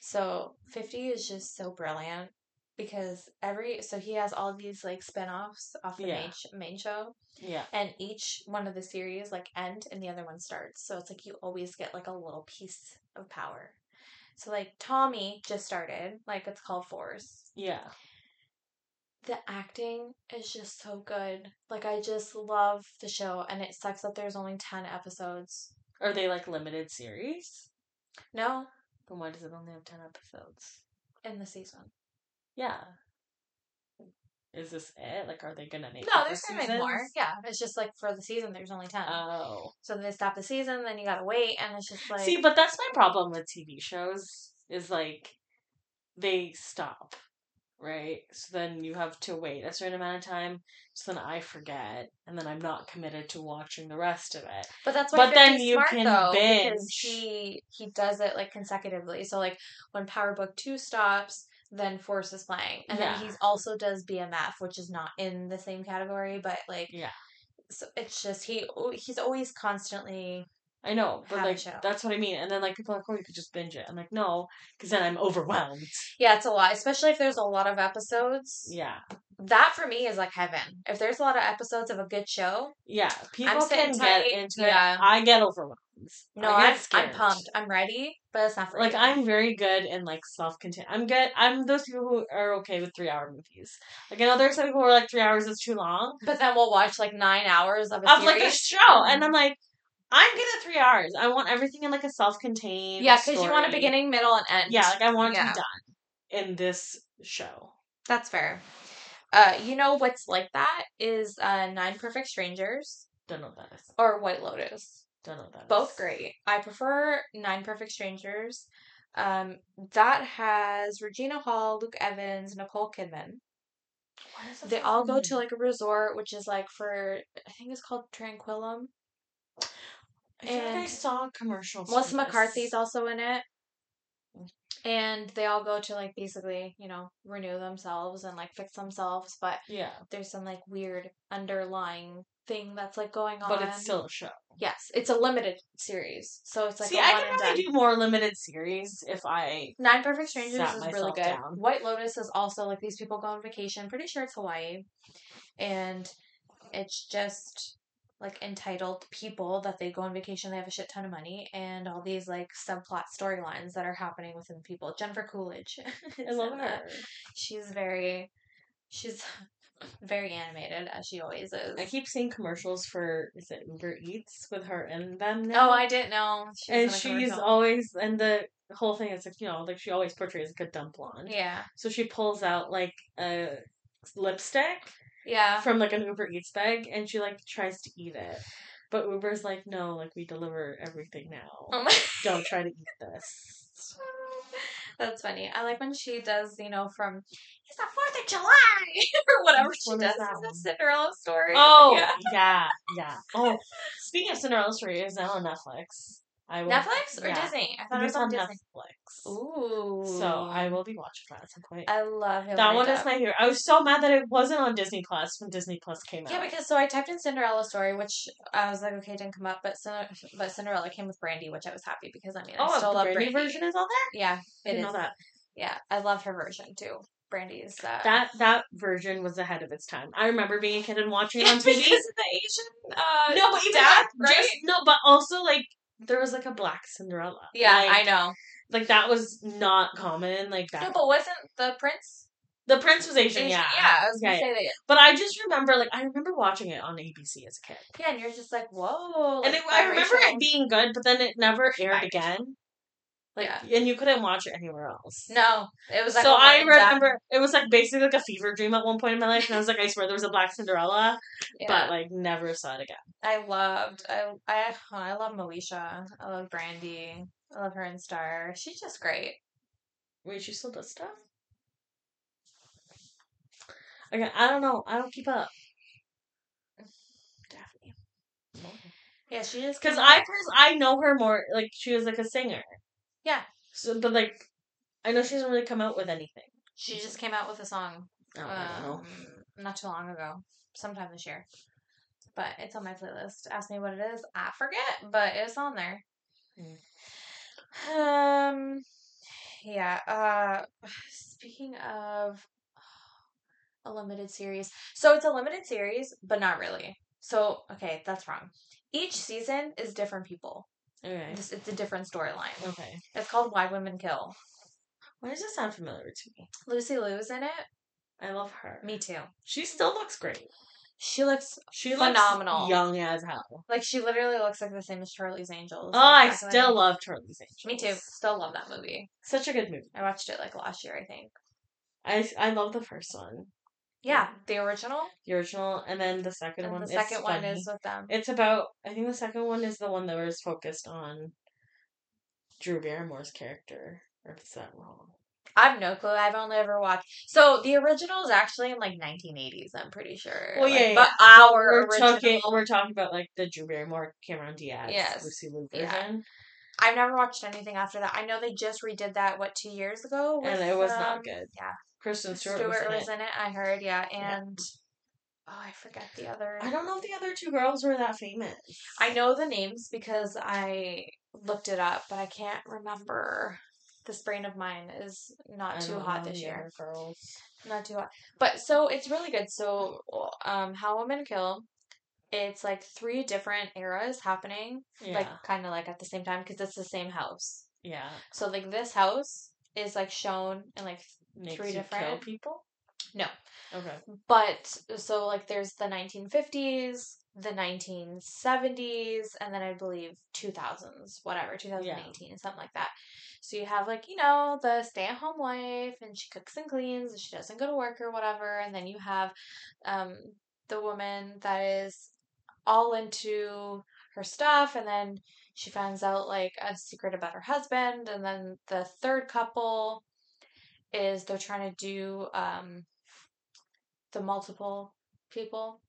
Speaker 1: So Fifty is just so brilliant because every so he has all these like spin-offs off the
Speaker 2: Yeah.
Speaker 1: main, sh- main show
Speaker 2: Yeah.
Speaker 1: and each one of the series like end and the other one starts so it's like you always get like a little piece of power so like tommy just started like it's called force
Speaker 2: Yeah.
Speaker 1: the acting is just so good like i just love the show and it sucks that there's only 10 episodes
Speaker 2: Are they like limited series?
Speaker 1: no
Speaker 2: Then why does it only have ten episodes?
Speaker 1: in the season
Speaker 2: Yeah. Is this it? Like, are they gonna make?
Speaker 1: no
Speaker 2: other
Speaker 1: there's gonna be more
Speaker 2: seasons?
Speaker 1: yeah it's just like for the season there's only 10
Speaker 2: Oh.
Speaker 1: so they stop the season then you gotta wait and it's just like
Speaker 2: See, but that's my problem with TV shows is like they stop, right? So then you have to wait a certain amount of time. So then I forget, and then I'm not committed to watching the rest of it.
Speaker 1: But that's why
Speaker 2: But then
Speaker 1: 50's
Speaker 2: you
Speaker 1: smart,
Speaker 2: can
Speaker 1: though, because
Speaker 2: binge.
Speaker 1: he he does it like consecutively. So like when Power Book Two stops, then Force is playing, and then
Speaker 2: Yeah.
Speaker 1: he's also does BMF, which is not in the same category, but like
Speaker 2: Yeah.
Speaker 1: so it's just he al- he's always constantly
Speaker 2: I know, but
Speaker 1: Have a
Speaker 2: like
Speaker 1: show.
Speaker 2: that's what I mean. And then like people are like, "Oh, you could just binge it." I'm like, no, because then I'm overwhelmed.
Speaker 1: yeah, it's a lot, especially if there's a lot of episodes.
Speaker 2: Yeah,
Speaker 1: that for me is like heaven. If there's a lot of episodes of a good show,
Speaker 2: Yeah, people can
Speaker 1: sitting
Speaker 2: get
Speaker 1: tight,
Speaker 2: into
Speaker 1: yeah.
Speaker 2: it. I get overwhelmed.
Speaker 1: no,
Speaker 2: I
Speaker 1: I'm,
Speaker 2: get
Speaker 1: I'm
Speaker 2: scared.
Speaker 1: pumped. I'm ready, but it's not for
Speaker 2: Like
Speaker 1: you.
Speaker 2: I'm very good in like self contained. I'm good. I'm those people who are okay with three hour movies. Like I know there's some people who are like three hours is too long.
Speaker 1: But then we'll watch like nine hours of a
Speaker 2: Of
Speaker 1: series. Mm-hmm.
Speaker 2: like a show, and I'm like, I'm good at three hours. I want everything in like a self contained.
Speaker 1: yeah, because you want a beginning, middle, and end.
Speaker 2: Yeah, like I want it
Speaker 1: Yeah.
Speaker 2: to be done in this show.
Speaker 1: that's fair. Uh, you know what's like that is uh, Nine Perfect Strangers
Speaker 2: Don't know what that is.
Speaker 1: or White Lotus.
Speaker 2: Don't know what that is.
Speaker 1: Both great. I prefer Nine Perfect Strangers. Um, that has Regina Hall, Luke Evans, Nicole Kidman.
Speaker 2: What is
Speaker 1: They all go
Speaker 2: Hmm.
Speaker 1: to like a resort, which is like for I think it's called Tranquillum.
Speaker 2: I feel like I
Speaker 1: and-
Speaker 2: saw commercials. for
Speaker 1: Melissa
Speaker 2: this.
Speaker 1: McCarthy's also in it. And they all go to like basically, you know, renew themselves and like fix themselves, but
Speaker 2: Yeah,
Speaker 1: there's some like weird underlying thing that's like going on.
Speaker 2: but it's still a show.
Speaker 1: yes, it's a limited series, so it's like
Speaker 2: See,
Speaker 1: a one
Speaker 2: I can
Speaker 1: and
Speaker 2: probably
Speaker 1: done.
Speaker 2: do more limited series if I.
Speaker 1: Nine Perfect Strangers
Speaker 2: Sat
Speaker 1: is really
Speaker 2: myself
Speaker 1: good.
Speaker 2: down.
Speaker 1: White Lotus is also like these people go on vacation. Pretty sure it's Hawaii, and it's just like entitled people that they go on vacation. They have a shit ton of money and all these like subplot storylines that are happening within people. Jennifer Coolidge, is
Speaker 2: I love
Speaker 1: in that.
Speaker 2: her.
Speaker 1: She's very, she's very animated as she always is.
Speaker 2: I keep seeing commercials for is it Uber Eats with her in them now.
Speaker 1: Oh, I didn't know. She was in
Speaker 2: and
Speaker 1: a
Speaker 2: she's
Speaker 1: commercial.
Speaker 2: always and the whole thing is like you know like she always portrays a good dumb blonde.
Speaker 1: yeah,
Speaker 2: So she pulls out like a lipstick
Speaker 1: yeah.
Speaker 2: from like an Uber Eats bag and she like tries to eat it. But Uber's like, no, like we deliver everything now.
Speaker 1: Oh my.
Speaker 2: Don't try to eat this.
Speaker 1: That's funny. I like when she does, you know, from it's the Fourth of July or whatever
Speaker 2: Which
Speaker 1: she
Speaker 2: one is
Speaker 1: does.
Speaker 2: that
Speaker 1: It's
Speaker 2: one?
Speaker 1: a Cinderella story.
Speaker 2: Oh
Speaker 1: yeah.
Speaker 2: yeah. yeah, Oh, speaking of Cinderella story, is now on Netflix. I will,
Speaker 1: Netflix or
Speaker 2: yeah.
Speaker 1: Disney? I thought
Speaker 2: I think
Speaker 1: it
Speaker 2: It's
Speaker 1: was on
Speaker 2: on
Speaker 1: Disney.
Speaker 2: Netflix.
Speaker 1: Ooh.
Speaker 2: So I will be watching that at some point.
Speaker 1: I love it.
Speaker 2: that one is my favorite. I was so mad that it wasn't on Disney Plus when Disney Plus came out.
Speaker 1: Yeah, because so I typed in Cinderella story, which I was like, okay, it didn't come up, but Cin- but Cinderella came with Brandy, which I was happy because I mean, I
Speaker 2: oh,
Speaker 1: still
Speaker 2: the
Speaker 1: love Brandy.
Speaker 2: Brandy version is on there.
Speaker 1: Yeah,
Speaker 2: I
Speaker 1: it
Speaker 2: didn't
Speaker 1: is.
Speaker 2: know that.
Speaker 1: Yeah, I love her version too. Brandy's uh,
Speaker 2: That that version was ahead of its time. I remember being a kid and watching it on
Speaker 1: because
Speaker 2: TV.
Speaker 1: of the Asian uh,
Speaker 2: no, but even
Speaker 1: dad,
Speaker 2: that, just no, but also like there was like a black Cinderella.
Speaker 1: yeah,
Speaker 2: like,
Speaker 1: I know.
Speaker 2: like that was not common. Like that,
Speaker 1: No, but wasn't the prince?
Speaker 2: the prince was Asian.
Speaker 1: Asian?
Speaker 2: yeah,
Speaker 1: yeah. I was gonna
Speaker 2: Yeah,
Speaker 1: say that.
Speaker 2: But I just remember, like, I remember watching it on ABC as a kid,
Speaker 1: Yeah, and you're just like, whoa.
Speaker 2: and
Speaker 1: like,
Speaker 2: it, I remember
Speaker 1: biracial.
Speaker 2: it being good, but then it never aired
Speaker 1: Biracial.
Speaker 2: again. Like,
Speaker 1: Yeah.
Speaker 2: and you couldn't watch it anywhere else.
Speaker 1: No, it was like.
Speaker 2: so
Speaker 1: a
Speaker 2: I
Speaker 1: one and done.
Speaker 2: remember it was like basically like a fever dream at one point in my life, and I was like, I swear there was a black Cinderella,
Speaker 1: Yeah.
Speaker 2: but like never saw it again.
Speaker 1: I loved. I I I love Moesha. I love Brandy. I love her in Star. She's just great.
Speaker 2: Wait, she still does stuff? Okay, I don't know. I don't keep up. Daphne.
Speaker 1: Yeah, she just
Speaker 2: Because
Speaker 1: came
Speaker 2: I
Speaker 1: out-
Speaker 2: pers- I know her more. Like she was like a singer.
Speaker 1: Yeah.
Speaker 2: So, but like, I know she doesn't really come out with anything. Oh,
Speaker 1: she just came out with a song
Speaker 2: I don't know.
Speaker 1: um, not too long ago, sometime this year. But it's on my playlist. Ask me what it is. I forget, but it's on there. Um, yeah. Uh, speaking of a limited series, so it's a limited series, but not really. So okay, that's wrong. Each season is different people.
Speaker 2: Okay.
Speaker 1: It's, it's a different storyline.
Speaker 2: Okay.
Speaker 1: It's called Why Women Kill.
Speaker 2: Why does this sound familiar to me?
Speaker 1: Lucy Liu's in it.
Speaker 2: I love her.
Speaker 1: Me too.
Speaker 2: She still looks great.
Speaker 1: She looks
Speaker 2: She
Speaker 1: Phenomenal.
Speaker 2: looks young as hell.
Speaker 1: like she literally looks like the same as Charlie's Angels.
Speaker 2: Oh, I
Speaker 1: back in the
Speaker 2: still
Speaker 1: day.
Speaker 2: love Charlie's Angels.
Speaker 1: Me too. Still love that movie.
Speaker 2: Such a good movie.
Speaker 1: I watched it like last year, I think.
Speaker 2: I I love the first one,
Speaker 1: Yeah, the original.
Speaker 2: the original, and then the second
Speaker 1: And
Speaker 2: one.
Speaker 1: the
Speaker 2: is
Speaker 1: second one
Speaker 2: funny.
Speaker 1: is uh, with them.
Speaker 2: It's about. I think the second one is the one that was focused on Drew Barrymore's character. Or is that wrong?
Speaker 1: I have no clue. I've only ever watched. So the original is actually in like 1980s. I'm pretty sure.
Speaker 2: Well,
Speaker 1: Like,
Speaker 2: yeah,
Speaker 1: but
Speaker 2: yeah.
Speaker 1: our
Speaker 2: We're
Speaker 1: original.
Speaker 2: talking. We're talking about like the Drew Barrymore, Cameron Diaz,
Speaker 1: Yes.
Speaker 2: Lucy Liu version,
Speaker 1: Yeah. I've never watched anything after that. I know they just redid that what two years ago, with,
Speaker 2: and it was
Speaker 1: um,
Speaker 2: not good.
Speaker 1: yeah.
Speaker 2: Kristen Stewart,
Speaker 1: Stewart,
Speaker 2: was in it.
Speaker 1: was in it. I heard. Yeah,
Speaker 2: Yeah.
Speaker 1: and oh, I forget the other.
Speaker 2: I don't know if the other two girls were that famous.
Speaker 1: I know the names because I looked it up, but I can't remember. this brain of mine is not
Speaker 2: I
Speaker 1: too
Speaker 2: don't
Speaker 1: hot
Speaker 2: know
Speaker 1: this
Speaker 2: the
Speaker 1: year.
Speaker 2: other Girls.
Speaker 1: Not too hot. But so it's really good. So um How Women Kill, it's like three different eras happening,
Speaker 2: Yeah.
Speaker 1: like kind of like at the same time because it's the same house.
Speaker 2: yeah.
Speaker 1: So like this house is like shown and like
Speaker 2: Makes
Speaker 1: three
Speaker 2: you kill
Speaker 1: different-
Speaker 2: people?
Speaker 1: No.
Speaker 2: Okay.
Speaker 1: but so like there's the 1950s, the 1970s, and then I believe 2000s, whatever, 2018, something like that. So you have like you know the stay-at-home wife, and she cooks and cleans, and she doesn't go to work or whatever, and then you have um, the woman that is all into her stuff, and then she finds out like a secret about her husband, and then the third couple is they're trying to do um, the multiple people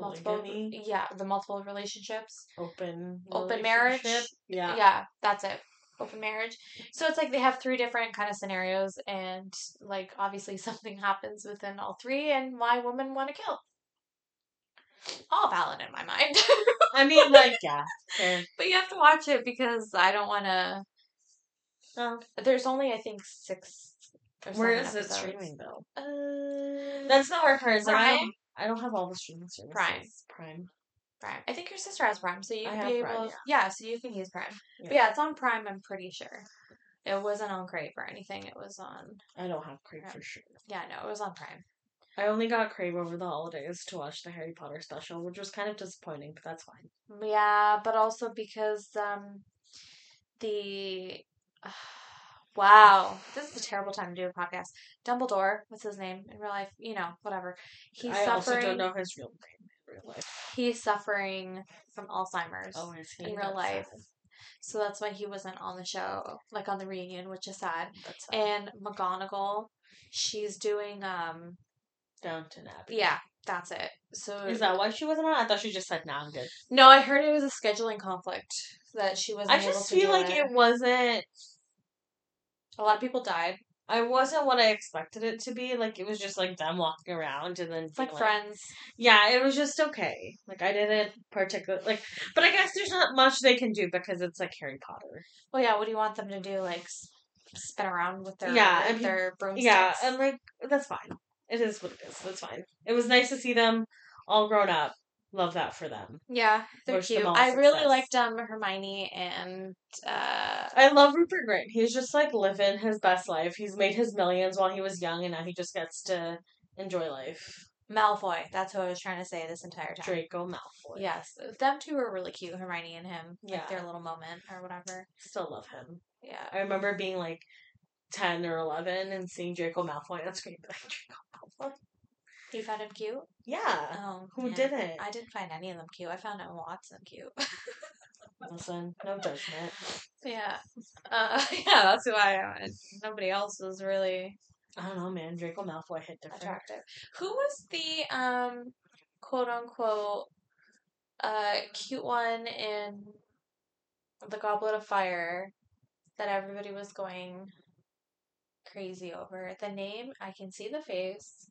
Speaker 1: multiple
Speaker 2: Polygamy.
Speaker 1: yeah the multiple relationships
Speaker 2: Open.
Speaker 1: Open marriage.
Speaker 2: relationship. Yeah.
Speaker 1: yeah. that's it open marriage so it's like they have three different kind of scenarios and like obviously something happens within all three and why women want to kill all valid in my mind
Speaker 2: I mean, like, yeah. Fair.
Speaker 1: but you have to watch it because i don't want to
Speaker 2: Oh,
Speaker 1: there's only i think six or
Speaker 2: where
Speaker 1: seven
Speaker 2: is it
Speaker 1: episodes.
Speaker 2: streaming though?
Speaker 1: uh,
Speaker 2: That's the hard part. Is like, I
Speaker 1: Prime?
Speaker 2: don't- I don't have all the streaming services.
Speaker 1: Prime.
Speaker 2: Prime.
Speaker 1: Prime. I think your sister has Prime, so you'd
Speaker 2: I
Speaker 1: be
Speaker 2: have
Speaker 1: able.
Speaker 2: Prime,
Speaker 1: yeah. so you can use Prime. But
Speaker 2: Yeah.
Speaker 1: yeah, it's on Prime. I'm pretty sure it wasn't on Crave or anything. It was on.
Speaker 2: I don't have Crave
Speaker 1: Prime.
Speaker 2: for sure.
Speaker 1: Yeah, no, it was on Prime.
Speaker 2: I only got Crave over the holidays to watch the Harry Potter special, which was kind of disappointing, but that's fine.
Speaker 1: Yeah, but also because um, the wow, this is a terrible time to do a podcast. Dumbledore, what's his name in real life? You know, whatever. He's
Speaker 2: I also
Speaker 1: suffering.
Speaker 2: don't know his real name in real life.
Speaker 1: He's suffering from Alzheimer's.
Speaker 2: Always
Speaker 1: Oh, in real life. So that's why he wasn't on the show, like on the reunion, which is sad.
Speaker 2: That's sad.
Speaker 1: and McGonagall, she's doing um
Speaker 2: Downton Abbey.
Speaker 1: yeah, that's it. So
Speaker 2: Is that why she wasn't on? I thought she just said, "Nah, I'm good."
Speaker 1: no, I heard it was a scheduling conflict that she wasn't.
Speaker 2: I
Speaker 1: able
Speaker 2: just
Speaker 1: to
Speaker 2: feel
Speaker 1: do
Speaker 2: like it wasn't.
Speaker 1: A lot of people died.
Speaker 2: I wasn't what I expected it to be. Like it was just like them walking around and then
Speaker 1: It's like
Speaker 2: being
Speaker 1: Friends.
Speaker 2: Yeah, it was just okay. Like I didn't particularly like, but I guess there's not much they can do because it's like Harry Potter.
Speaker 1: Well, yeah. What do you want them to do? Like s- spin around with their
Speaker 2: Yeah,
Speaker 1: with
Speaker 2: I mean,
Speaker 1: their broomsticks.
Speaker 2: Yeah, and like that's fine. It is what it is. That's fine. It was nice to see them all grown up. Love that for them.
Speaker 1: yeah, they're
Speaker 2: Wish them
Speaker 1: cute.
Speaker 2: all
Speaker 1: I really
Speaker 2: success.
Speaker 1: liked um Hermione and uh
Speaker 2: I love Rupert Grint. He's just like living his best life. He's made his millions while he was young, and now he just gets to enjoy life.
Speaker 1: Malfoy. That's what I was trying to say this entire time.
Speaker 2: Draco Malfoy.
Speaker 1: Yes, them two were really cute, Hermione and him.
Speaker 2: Yeah.
Speaker 1: Like their little moment or whatever.
Speaker 2: still love him.
Speaker 1: Yeah.
Speaker 2: I remember being like ten or eleven and seeing Draco Malfoy on screen. Like Draco Malfoy.
Speaker 1: You found him cute?
Speaker 2: Yeah.
Speaker 1: Oh,
Speaker 2: Who
Speaker 1: yeah.
Speaker 2: didn't?
Speaker 1: I didn't find any of them cute. I found Emma Watson cute.
Speaker 2: Listen, no judgment.
Speaker 1: yeah. Uh, yeah, that's who I am. And Nobody else was really
Speaker 2: I don't know, man. Draco Malfoy hit different.
Speaker 1: attractive. Who was the um quote unquote uh cute one in The Goblet of Fire that everybody was going crazy over? The name, I can see the face.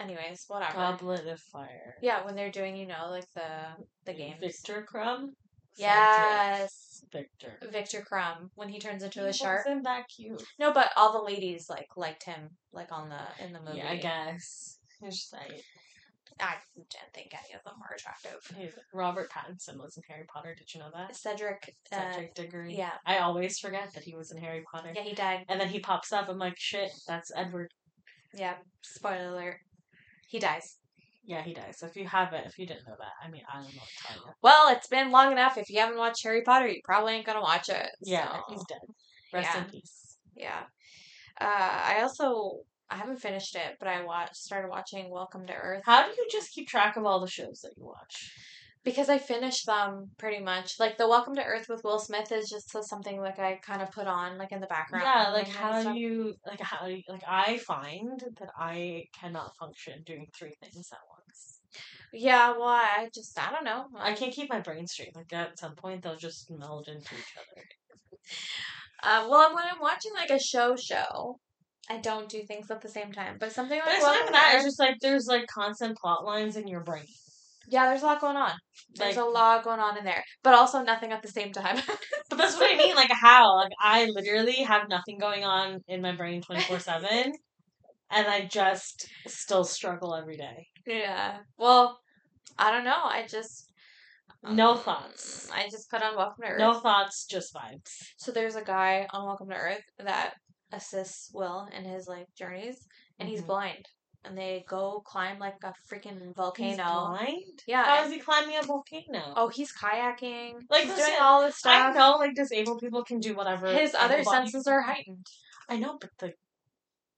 Speaker 1: Anyways, whatever.
Speaker 2: Goblet of Fire.
Speaker 1: yeah, when they're doing, you know, like the the game.
Speaker 2: Victor Crumb.
Speaker 1: Yes.
Speaker 2: Victor.
Speaker 1: Victor Crumb when he turns into a
Speaker 2: He
Speaker 1: shark.
Speaker 2: Wasn't that cute?
Speaker 1: No, but all the ladies like liked him, like on the in the movie.
Speaker 2: Yeah, I guess. He's just like
Speaker 1: I didn't think any of them were attractive.
Speaker 2: he's- Robert Pattinson was in Harry Potter. Did you know that?
Speaker 1: Cedric, uh,
Speaker 2: Cedric Diggory.
Speaker 1: yeah,
Speaker 2: I always forget that he was in Harry Potter.
Speaker 1: yeah, he died.
Speaker 2: And then he pops up. I'm like, shit, that's Edward.
Speaker 1: Yeah, spoiler alert, he dies.
Speaker 2: Yeah, he dies. If you haven't, if you didn't know that, I mean, I don't know what to tell you.
Speaker 1: Well, it's been long enough. If you haven't watched Harry Potter, you probably ain't gonna watch it.
Speaker 2: Yeah,
Speaker 1: so,
Speaker 2: he's dead. Rest
Speaker 1: yeah.
Speaker 2: in peace.
Speaker 1: yeah. Uh, I also I haven't finished it, but I watched started watching Welcome to Earth.
Speaker 2: How do you just keep track of all the shows that you watch?
Speaker 1: because I finished them pretty much. Like the Welcome to Earth with Will Smith is just so- something like I kind of put on like in the background.
Speaker 2: Yeah, like
Speaker 1: and
Speaker 2: how
Speaker 1: stuff.
Speaker 2: do you like how do you, like I find that I cannot function doing three things at once.
Speaker 1: Yeah, well, I just I don't know.
Speaker 2: I can't keep my brain straight. Like at some point they'll just meld into each other.
Speaker 1: Uh, well, I'm- when I'm watching like a show show, I don't do things at the same time. But something
Speaker 2: But
Speaker 1: like
Speaker 2: it's not
Speaker 1: Welcome to
Speaker 2: even that. It's
Speaker 1: Earth-
Speaker 2: just like there's like constant plot lines in your brain.
Speaker 1: Yeah, there's a lot going on. There's
Speaker 2: Like-
Speaker 1: a lot going on in there, but also nothing at the same time.
Speaker 2: But that's what I mean. Like how? Like I literally have nothing going on in my brain twenty four seven, and I just still struggle every day.
Speaker 1: yeah. Well, I don't know. I just um,
Speaker 2: No thoughts.
Speaker 1: I just put on Welcome to Earth.
Speaker 2: No thoughts, just vibes.
Speaker 1: So there's a guy on Welcome to Earth that assists Will in his like journeys, and he's
Speaker 2: Mhm.
Speaker 1: blind. And they go climb like a freaking volcano.
Speaker 2: He's blind.
Speaker 1: Yeah.
Speaker 2: How
Speaker 1: and-
Speaker 2: is he climbing a volcano?
Speaker 1: oh, he's kayaking.
Speaker 2: Like,
Speaker 1: Like he's
Speaker 2: listen,
Speaker 1: doing all this
Speaker 2: I
Speaker 1: stuff.
Speaker 2: know, like disabled people can do whatever.
Speaker 1: His
Speaker 2: able
Speaker 1: other
Speaker 2: bodied-
Speaker 1: senses are heightened.
Speaker 2: I know, but the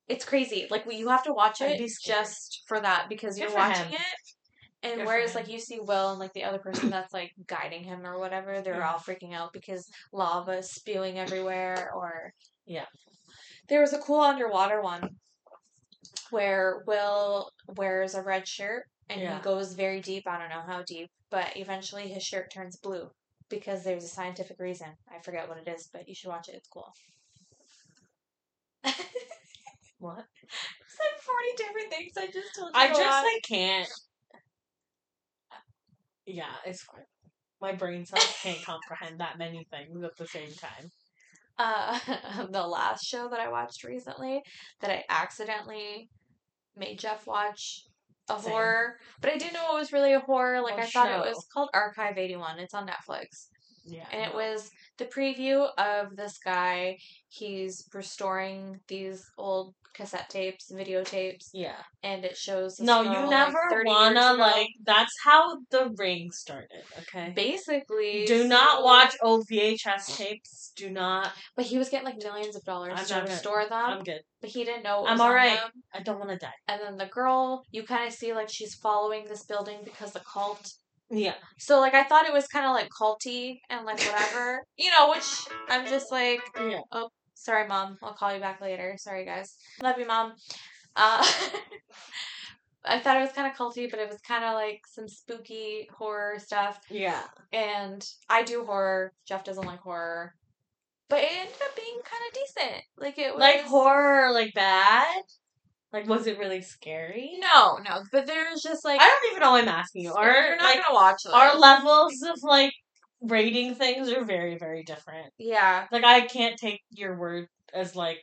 Speaker 1: It's crazy. Like you have to watch
Speaker 2: I'd
Speaker 1: it
Speaker 2: be scared.
Speaker 1: just for that because
Speaker 2: Good
Speaker 1: you're
Speaker 2: for
Speaker 1: watching
Speaker 2: him.
Speaker 1: it. And
Speaker 2: Good for
Speaker 1: whereas
Speaker 2: him.
Speaker 1: like you see Will and like the other person that's like guiding him or whatever, they're
Speaker 2: Yeah.
Speaker 1: all freaking out because lava is spewing everywhere or
Speaker 2: Yeah.
Speaker 1: There was a cool underwater one where Will wears a red shirt and
Speaker 2: Yeah.
Speaker 1: he goes very deep. I don't know how deep, but eventually his shirt turns blue because there's a scientific reason. I forget what it is, but you should watch it. It's cool.
Speaker 2: what?
Speaker 1: It's like 40 different things I just told you. to
Speaker 2: I just
Speaker 1: watch.
Speaker 2: like can't. Yeah, it's fine. My brain cells can't comprehend that many things at the same time.
Speaker 1: uh, the last show that I watched recently that I accidentally made Jeff watch a
Speaker 2: Same.
Speaker 1: horror, but I didn't know it was really a horror. Like
Speaker 2: Oh,
Speaker 1: I thought it
Speaker 2: show.
Speaker 1: was called Archive 81. It's on Netflix.
Speaker 2: Yeah,
Speaker 1: And it
Speaker 2: no.
Speaker 1: was the preview of this guy. He's restoring these old cassette tapes, videotapes,
Speaker 2: Yeah.
Speaker 1: and it shows. this
Speaker 2: No,
Speaker 1: girl,
Speaker 2: you
Speaker 1: like,
Speaker 2: never
Speaker 1: 30 years
Speaker 2: wanna
Speaker 1: ago.
Speaker 2: like. That's how the ring started. Okay.
Speaker 1: Basically,
Speaker 2: Do not
Speaker 1: so-
Speaker 2: watch old VHS tapes. Do not.
Speaker 1: But he was getting like millions of dollars
Speaker 2: I'm
Speaker 1: to
Speaker 2: not gonna-
Speaker 1: restore them.
Speaker 2: I'm good.
Speaker 1: but he didn't know. It was
Speaker 2: I'm
Speaker 1: on
Speaker 2: alright.
Speaker 1: them.
Speaker 2: I don't want to die.
Speaker 1: And then the girl, you kind of see like she's following this building because the cult.
Speaker 2: Yeah.
Speaker 1: So like I thought it was kind of like culty and like whatever, you know. Which I'm just like, oh,
Speaker 2: Yeah.
Speaker 1: sorry, mom. I'll call you back later. Sorry, guys. Love you, mom. Uh, I thought it was kind of culty, but it was kind of like some spooky horror stuff.
Speaker 2: Yeah.
Speaker 1: And I do horror. Jeff doesn't like horror, but it ended up being kind of decent. Like it was
Speaker 2: like horror like bad like was it really scary
Speaker 1: No, no. But there's just like
Speaker 2: i don't even know why i'm asking you our,
Speaker 1: you're not
Speaker 2: like,
Speaker 1: gonna watch those.
Speaker 2: our levels of like rating things are very very different
Speaker 1: Yeah.
Speaker 2: like i can't take your word as like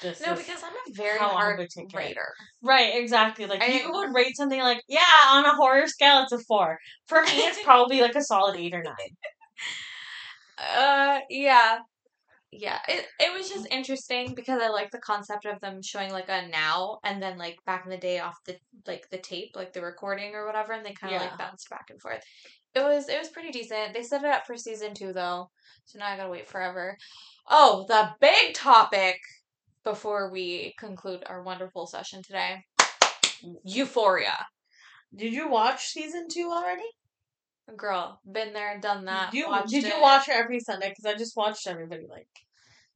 Speaker 2: this
Speaker 1: No,
Speaker 2: is-
Speaker 1: because I'm a very
Speaker 2: how I
Speaker 1: hard
Speaker 2: would take it.
Speaker 1: rater.
Speaker 2: right exactly like
Speaker 1: I
Speaker 2: you
Speaker 1: think-
Speaker 2: would rate something like yeah on a horror scale it's a four for me it's probably like a solid eight or nine
Speaker 1: Uh, yeah, yeah. It it was just interesting because I like the concept of them showing like a now and then like back in the day off the like the tape, like the recording or whatever, and they kind of
Speaker 2: Yeah.
Speaker 1: like bounced back and forth. It was it was pretty decent. They set it up for season two though, so now I gotta wait forever. Oh, the big topic before we conclude our wonderful session today: Euphoria.
Speaker 2: did you watch season two already
Speaker 1: Girl, been there, done that.
Speaker 2: you
Speaker 1: watched
Speaker 2: did you
Speaker 1: it.
Speaker 2: watch it every sunday because i just watched everybody like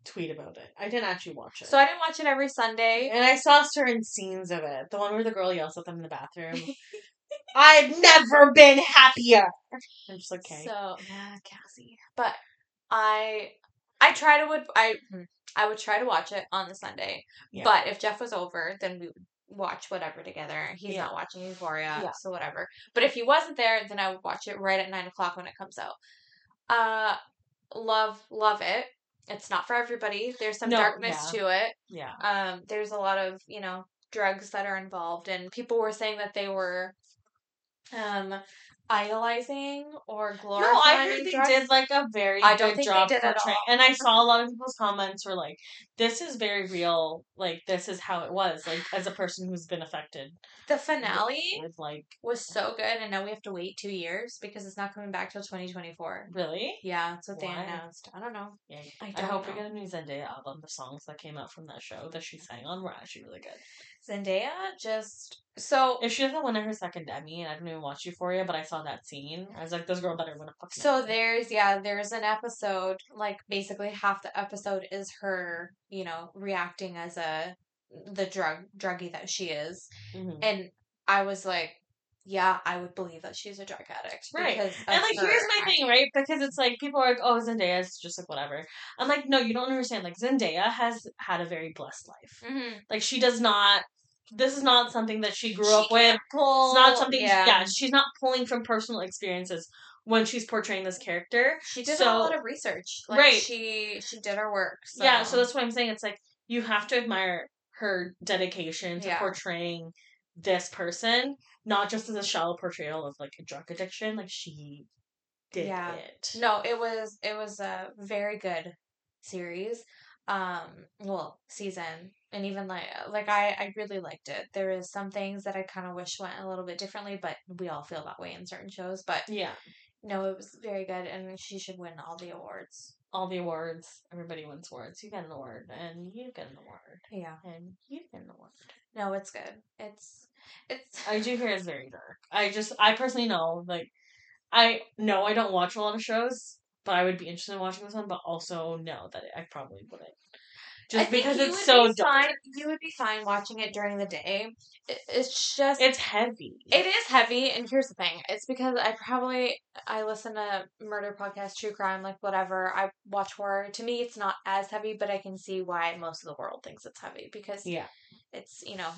Speaker 2: tweet about it i didn't actually watch it
Speaker 1: So I didn't watch it every Sunday.
Speaker 2: And I saw certain scenes of it. The one where the girl yells at them in the bathroom. I've never been happier. I'm just like, okay.
Speaker 1: So yeah, Cassie. But I, I try to would I I would try to watch it on the Sunday.
Speaker 2: Mm-hmm. Yeah.
Speaker 1: But if Jeff was over, then we would watch whatever together. He's
Speaker 2: Yeah.
Speaker 1: not watching Euphoria,
Speaker 2: Yeah.
Speaker 1: so whatever. But if he wasn't there, then I would watch it right at nine o'clock when it comes out. Uh, love love it. It's not for everybody. There's some
Speaker 2: No,
Speaker 1: darkness to it.
Speaker 2: yeah.
Speaker 1: um, there's a lot of you know drugs that are involved and people were saying that they were um idolizing or
Speaker 2: No,
Speaker 1: glorifying
Speaker 2: I heard they
Speaker 1: drugs.
Speaker 2: did like a very
Speaker 1: I don't
Speaker 2: good
Speaker 1: think they
Speaker 2: job
Speaker 1: did at
Speaker 2: portraying-
Speaker 1: all.
Speaker 2: And I saw a lot of people's comments were like, "This is very real. Like this is how it was. Like as a person who's been affected
Speaker 1: the finale
Speaker 2: with like
Speaker 1: was so good and now we have to wait two years because it's not coming back till 2024
Speaker 2: really.
Speaker 1: yeah that's what they
Speaker 2: Why?
Speaker 1: announced i don't know
Speaker 2: Yeah.
Speaker 1: I
Speaker 2: I,
Speaker 1: don't
Speaker 2: hope
Speaker 1: know.
Speaker 2: we get a new Zendaya album. The songs that came out from that show that she sang on were actually really good.
Speaker 1: zendaya just so
Speaker 2: If she doesn't win her second Emmy, and I didn't even watch Euphoria, but I saw that scene, I was like, "This girl better win a fucking."
Speaker 1: So
Speaker 2: Emmy.
Speaker 1: there's yeah, there's an episode like basically half the episode is her, you know, reacting as a the drug druggie that she is.
Speaker 2: Mhm.
Speaker 1: And I was like, yeah, I would believe that she's a drug addict
Speaker 2: Right.
Speaker 1: because of
Speaker 2: And like,
Speaker 1: her
Speaker 2: here's my
Speaker 1: act-
Speaker 2: thing, right? Because it's like people are like, "Oh, Zendaya's just like whatever." I'm like, "No, you don't understand. Like, Zendaya has had a very blessed life.
Speaker 1: Mhm.
Speaker 2: Like, she does not this is not something that she grew
Speaker 1: She
Speaker 2: up with.
Speaker 1: can't pull-
Speaker 2: It's not something.
Speaker 1: Yeah.
Speaker 2: Yeah. she's not pulling from personal experiences when she's portraying this character.
Speaker 1: She did a
Speaker 2: So-
Speaker 1: lot of research. Like,
Speaker 2: Right.
Speaker 1: She she did her work. So.
Speaker 2: Yeah, so that's what I'm saying. It's like you have to admire her dedication to
Speaker 1: Yeah.
Speaker 2: portraying this person, not just as a shallow portrayal of like a drug addiction. Like she did
Speaker 1: Yeah.
Speaker 2: it.
Speaker 1: No, it was it was a very good series. Um, well, season and even like like I I really liked it. There is some things that I kind of wish went a little bit differently, but we all feel that way in certain shows. But
Speaker 2: Yeah,
Speaker 1: no, it was very good, and she should win all the awards.
Speaker 2: all the awards. Everybody wins awards. You get an award, and you get an award,
Speaker 1: Yeah.
Speaker 2: and you get an award.
Speaker 1: No, it's good. It's it's
Speaker 2: I do hear it's very dark. I just, I personally know, like, I know I don't watch a lot of shows, but I would be interested in watching this one, but also know that I probably wouldn't.
Speaker 1: I
Speaker 2: Just
Speaker 1: think
Speaker 2: because
Speaker 1: you
Speaker 2: it's
Speaker 1: would
Speaker 2: so
Speaker 1: be
Speaker 2: dark.
Speaker 1: Fine, you would be fine watching it during the day. It, it's just
Speaker 2: It's heavy.
Speaker 1: It is heavy, and here's the thing: it's because I probably I listen to murder podcasts, true crime, like whatever. I watch horror. To me, it's not as heavy, but I can see why most of the world thinks it's heavy because
Speaker 2: yeah.
Speaker 1: it's you know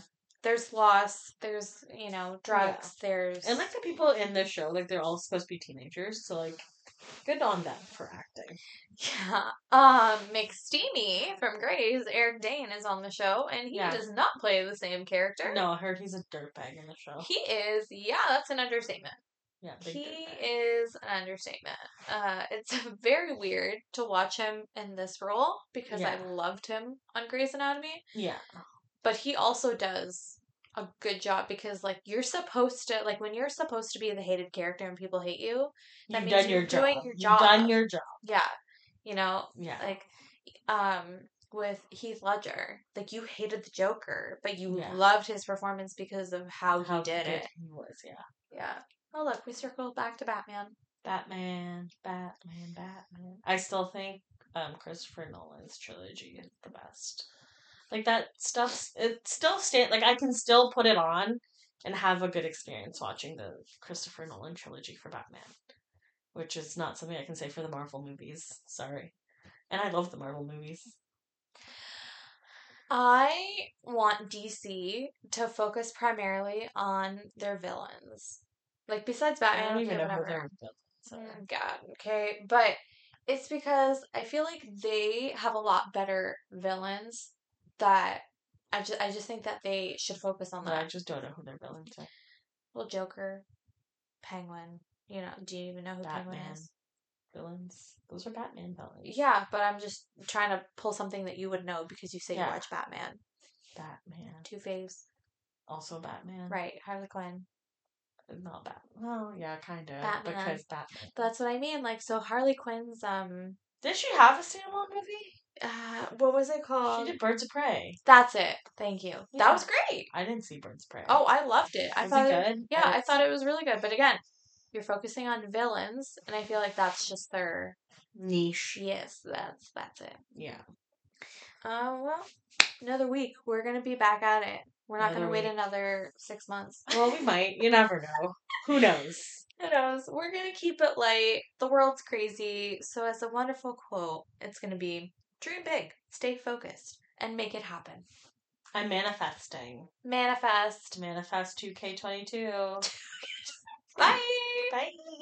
Speaker 1: there's loss, there's you know drugs, there's
Speaker 2: And, like, the people in this show, like, they're all supposed to be teenagers, so, like, good on them for acting.
Speaker 1: yeah. Um, McSteamy from Grays, Eric Dane is on the show, and he
Speaker 2: Yeah.
Speaker 1: does not play the same character.
Speaker 2: No, I heard he's a dirtbag in the show.
Speaker 1: He is, yeah, that's an understatement.
Speaker 2: yeah, big
Speaker 1: He
Speaker 2: dirtbag.
Speaker 1: is an understatement. Uh, it's very weird to watch him in this role because I
Speaker 2: Yeah.
Speaker 1: loved him on Grey's Anatomy,
Speaker 2: Yeah.
Speaker 1: but he also does a good job because like you're supposed to like when you're supposed to be the hated character and people hate you, That
Speaker 2: You've
Speaker 1: means
Speaker 2: done
Speaker 1: you're
Speaker 2: your
Speaker 1: doing
Speaker 2: job.
Speaker 1: your
Speaker 2: You've done
Speaker 1: job.
Speaker 2: your job.
Speaker 1: yeah, you know,
Speaker 2: Yeah.
Speaker 1: like um with Heath Ledger, like you hated the Joker, but you
Speaker 2: Yeah.
Speaker 1: loved his performance because of how, he did
Speaker 2: good
Speaker 1: it.
Speaker 2: He was, yeah.
Speaker 1: Yeah. Oh look, we circled back to Batman.
Speaker 2: Batman, Batman, Batman. I still think um Christopher Nolan's trilogy is the best. Like that stuff's it still stand like I can still put it on and have a good experience watching the Christopher Nolan trilogy for Batman. Which is not something I can say for the Marvel movies. Sorry. And I love the Marvel movies.
Speaker 1: I want DC to focus primarily on their villains. Like besides Batman,
Speaker 2: I don't
Speaker 1: okay,
Speaker 2: even know who
Speaker 1: whatever.
Speaker 2: they're with. So
Speaker 1: Mm, God, okay, but it's because I feel like they have a lot better villains that I just I just think that they should focus on
Speaker 2: no, I
Speaker 1: that.
Speaker 2: just don't know who their villains are.
Speaker 1: Well, Joker, Penguin. You know, do you even know who Penguin
Speaker 2: Batman.
Speaker 1: is?
Speaker 2: Villains. Those are Batman villains.
Speaker 1: Yeah, but I'm just trying to pull something that you would know because you say you
Speaker 2: Yeah.
Speaker 1: watch Batman,
Speaker 2: Batman.
Speaker 1: Two Face,
Speaker 2: Also Batman.
Speaker 1: right? Harley Quinn.
Speaker 2: not Batman. Well, yeah, kind of
Speaker 1: Batman.
Speaker 2: because Batman.
Speaker 1: That's what I mean. Like, so Harley Quinn's um,
Speaker 2: Did she have a standalone movie?
Speaker 1: uh, what was it called?
Speaker 2: she did Birds of Prey.
Speaker 1: That's it. Thank you. That
Speaker 2: Yeah.
Speaker 1: was great.
Speaker 2: I didn't see Birds of Prey.
Speaker 1: Oh, I loved it. I
Speaker 2: was
Speaker 1: thought.
Speaker 2: it
Speaker 1: It,
Speaker 2: good?
Speaker 1: yeah, I
Speaker 2: didn't-
Speaker 1: thought it was really good. But again, you're focusing on villains, and I feel like that's just their.
Speaker 2: niche.
Speaker 1: Yes, that's that's it.
Speaker 2: Yeah,
Speaker 1: Uh, well, another week. We're gonna be back at it. We're not
Speaker 2: Another
Speaker 1: gonna wait
Speaker 2: week.
Speaker 1: another six months.
Speaker 2: well, we might. You never know. Who knows?
Speaker 1: Who knows? We're gonna keep it light. The world's crazy. So, as a wonderful quote, it's gonna be dream big, stay focused, and make it happen.
Speaker 2: I'm manifesting.
Speaker 1: manifest.
Speaker 2: To manifest 2K22.
Speaker 1: Bye.
Speaker 2: Bye.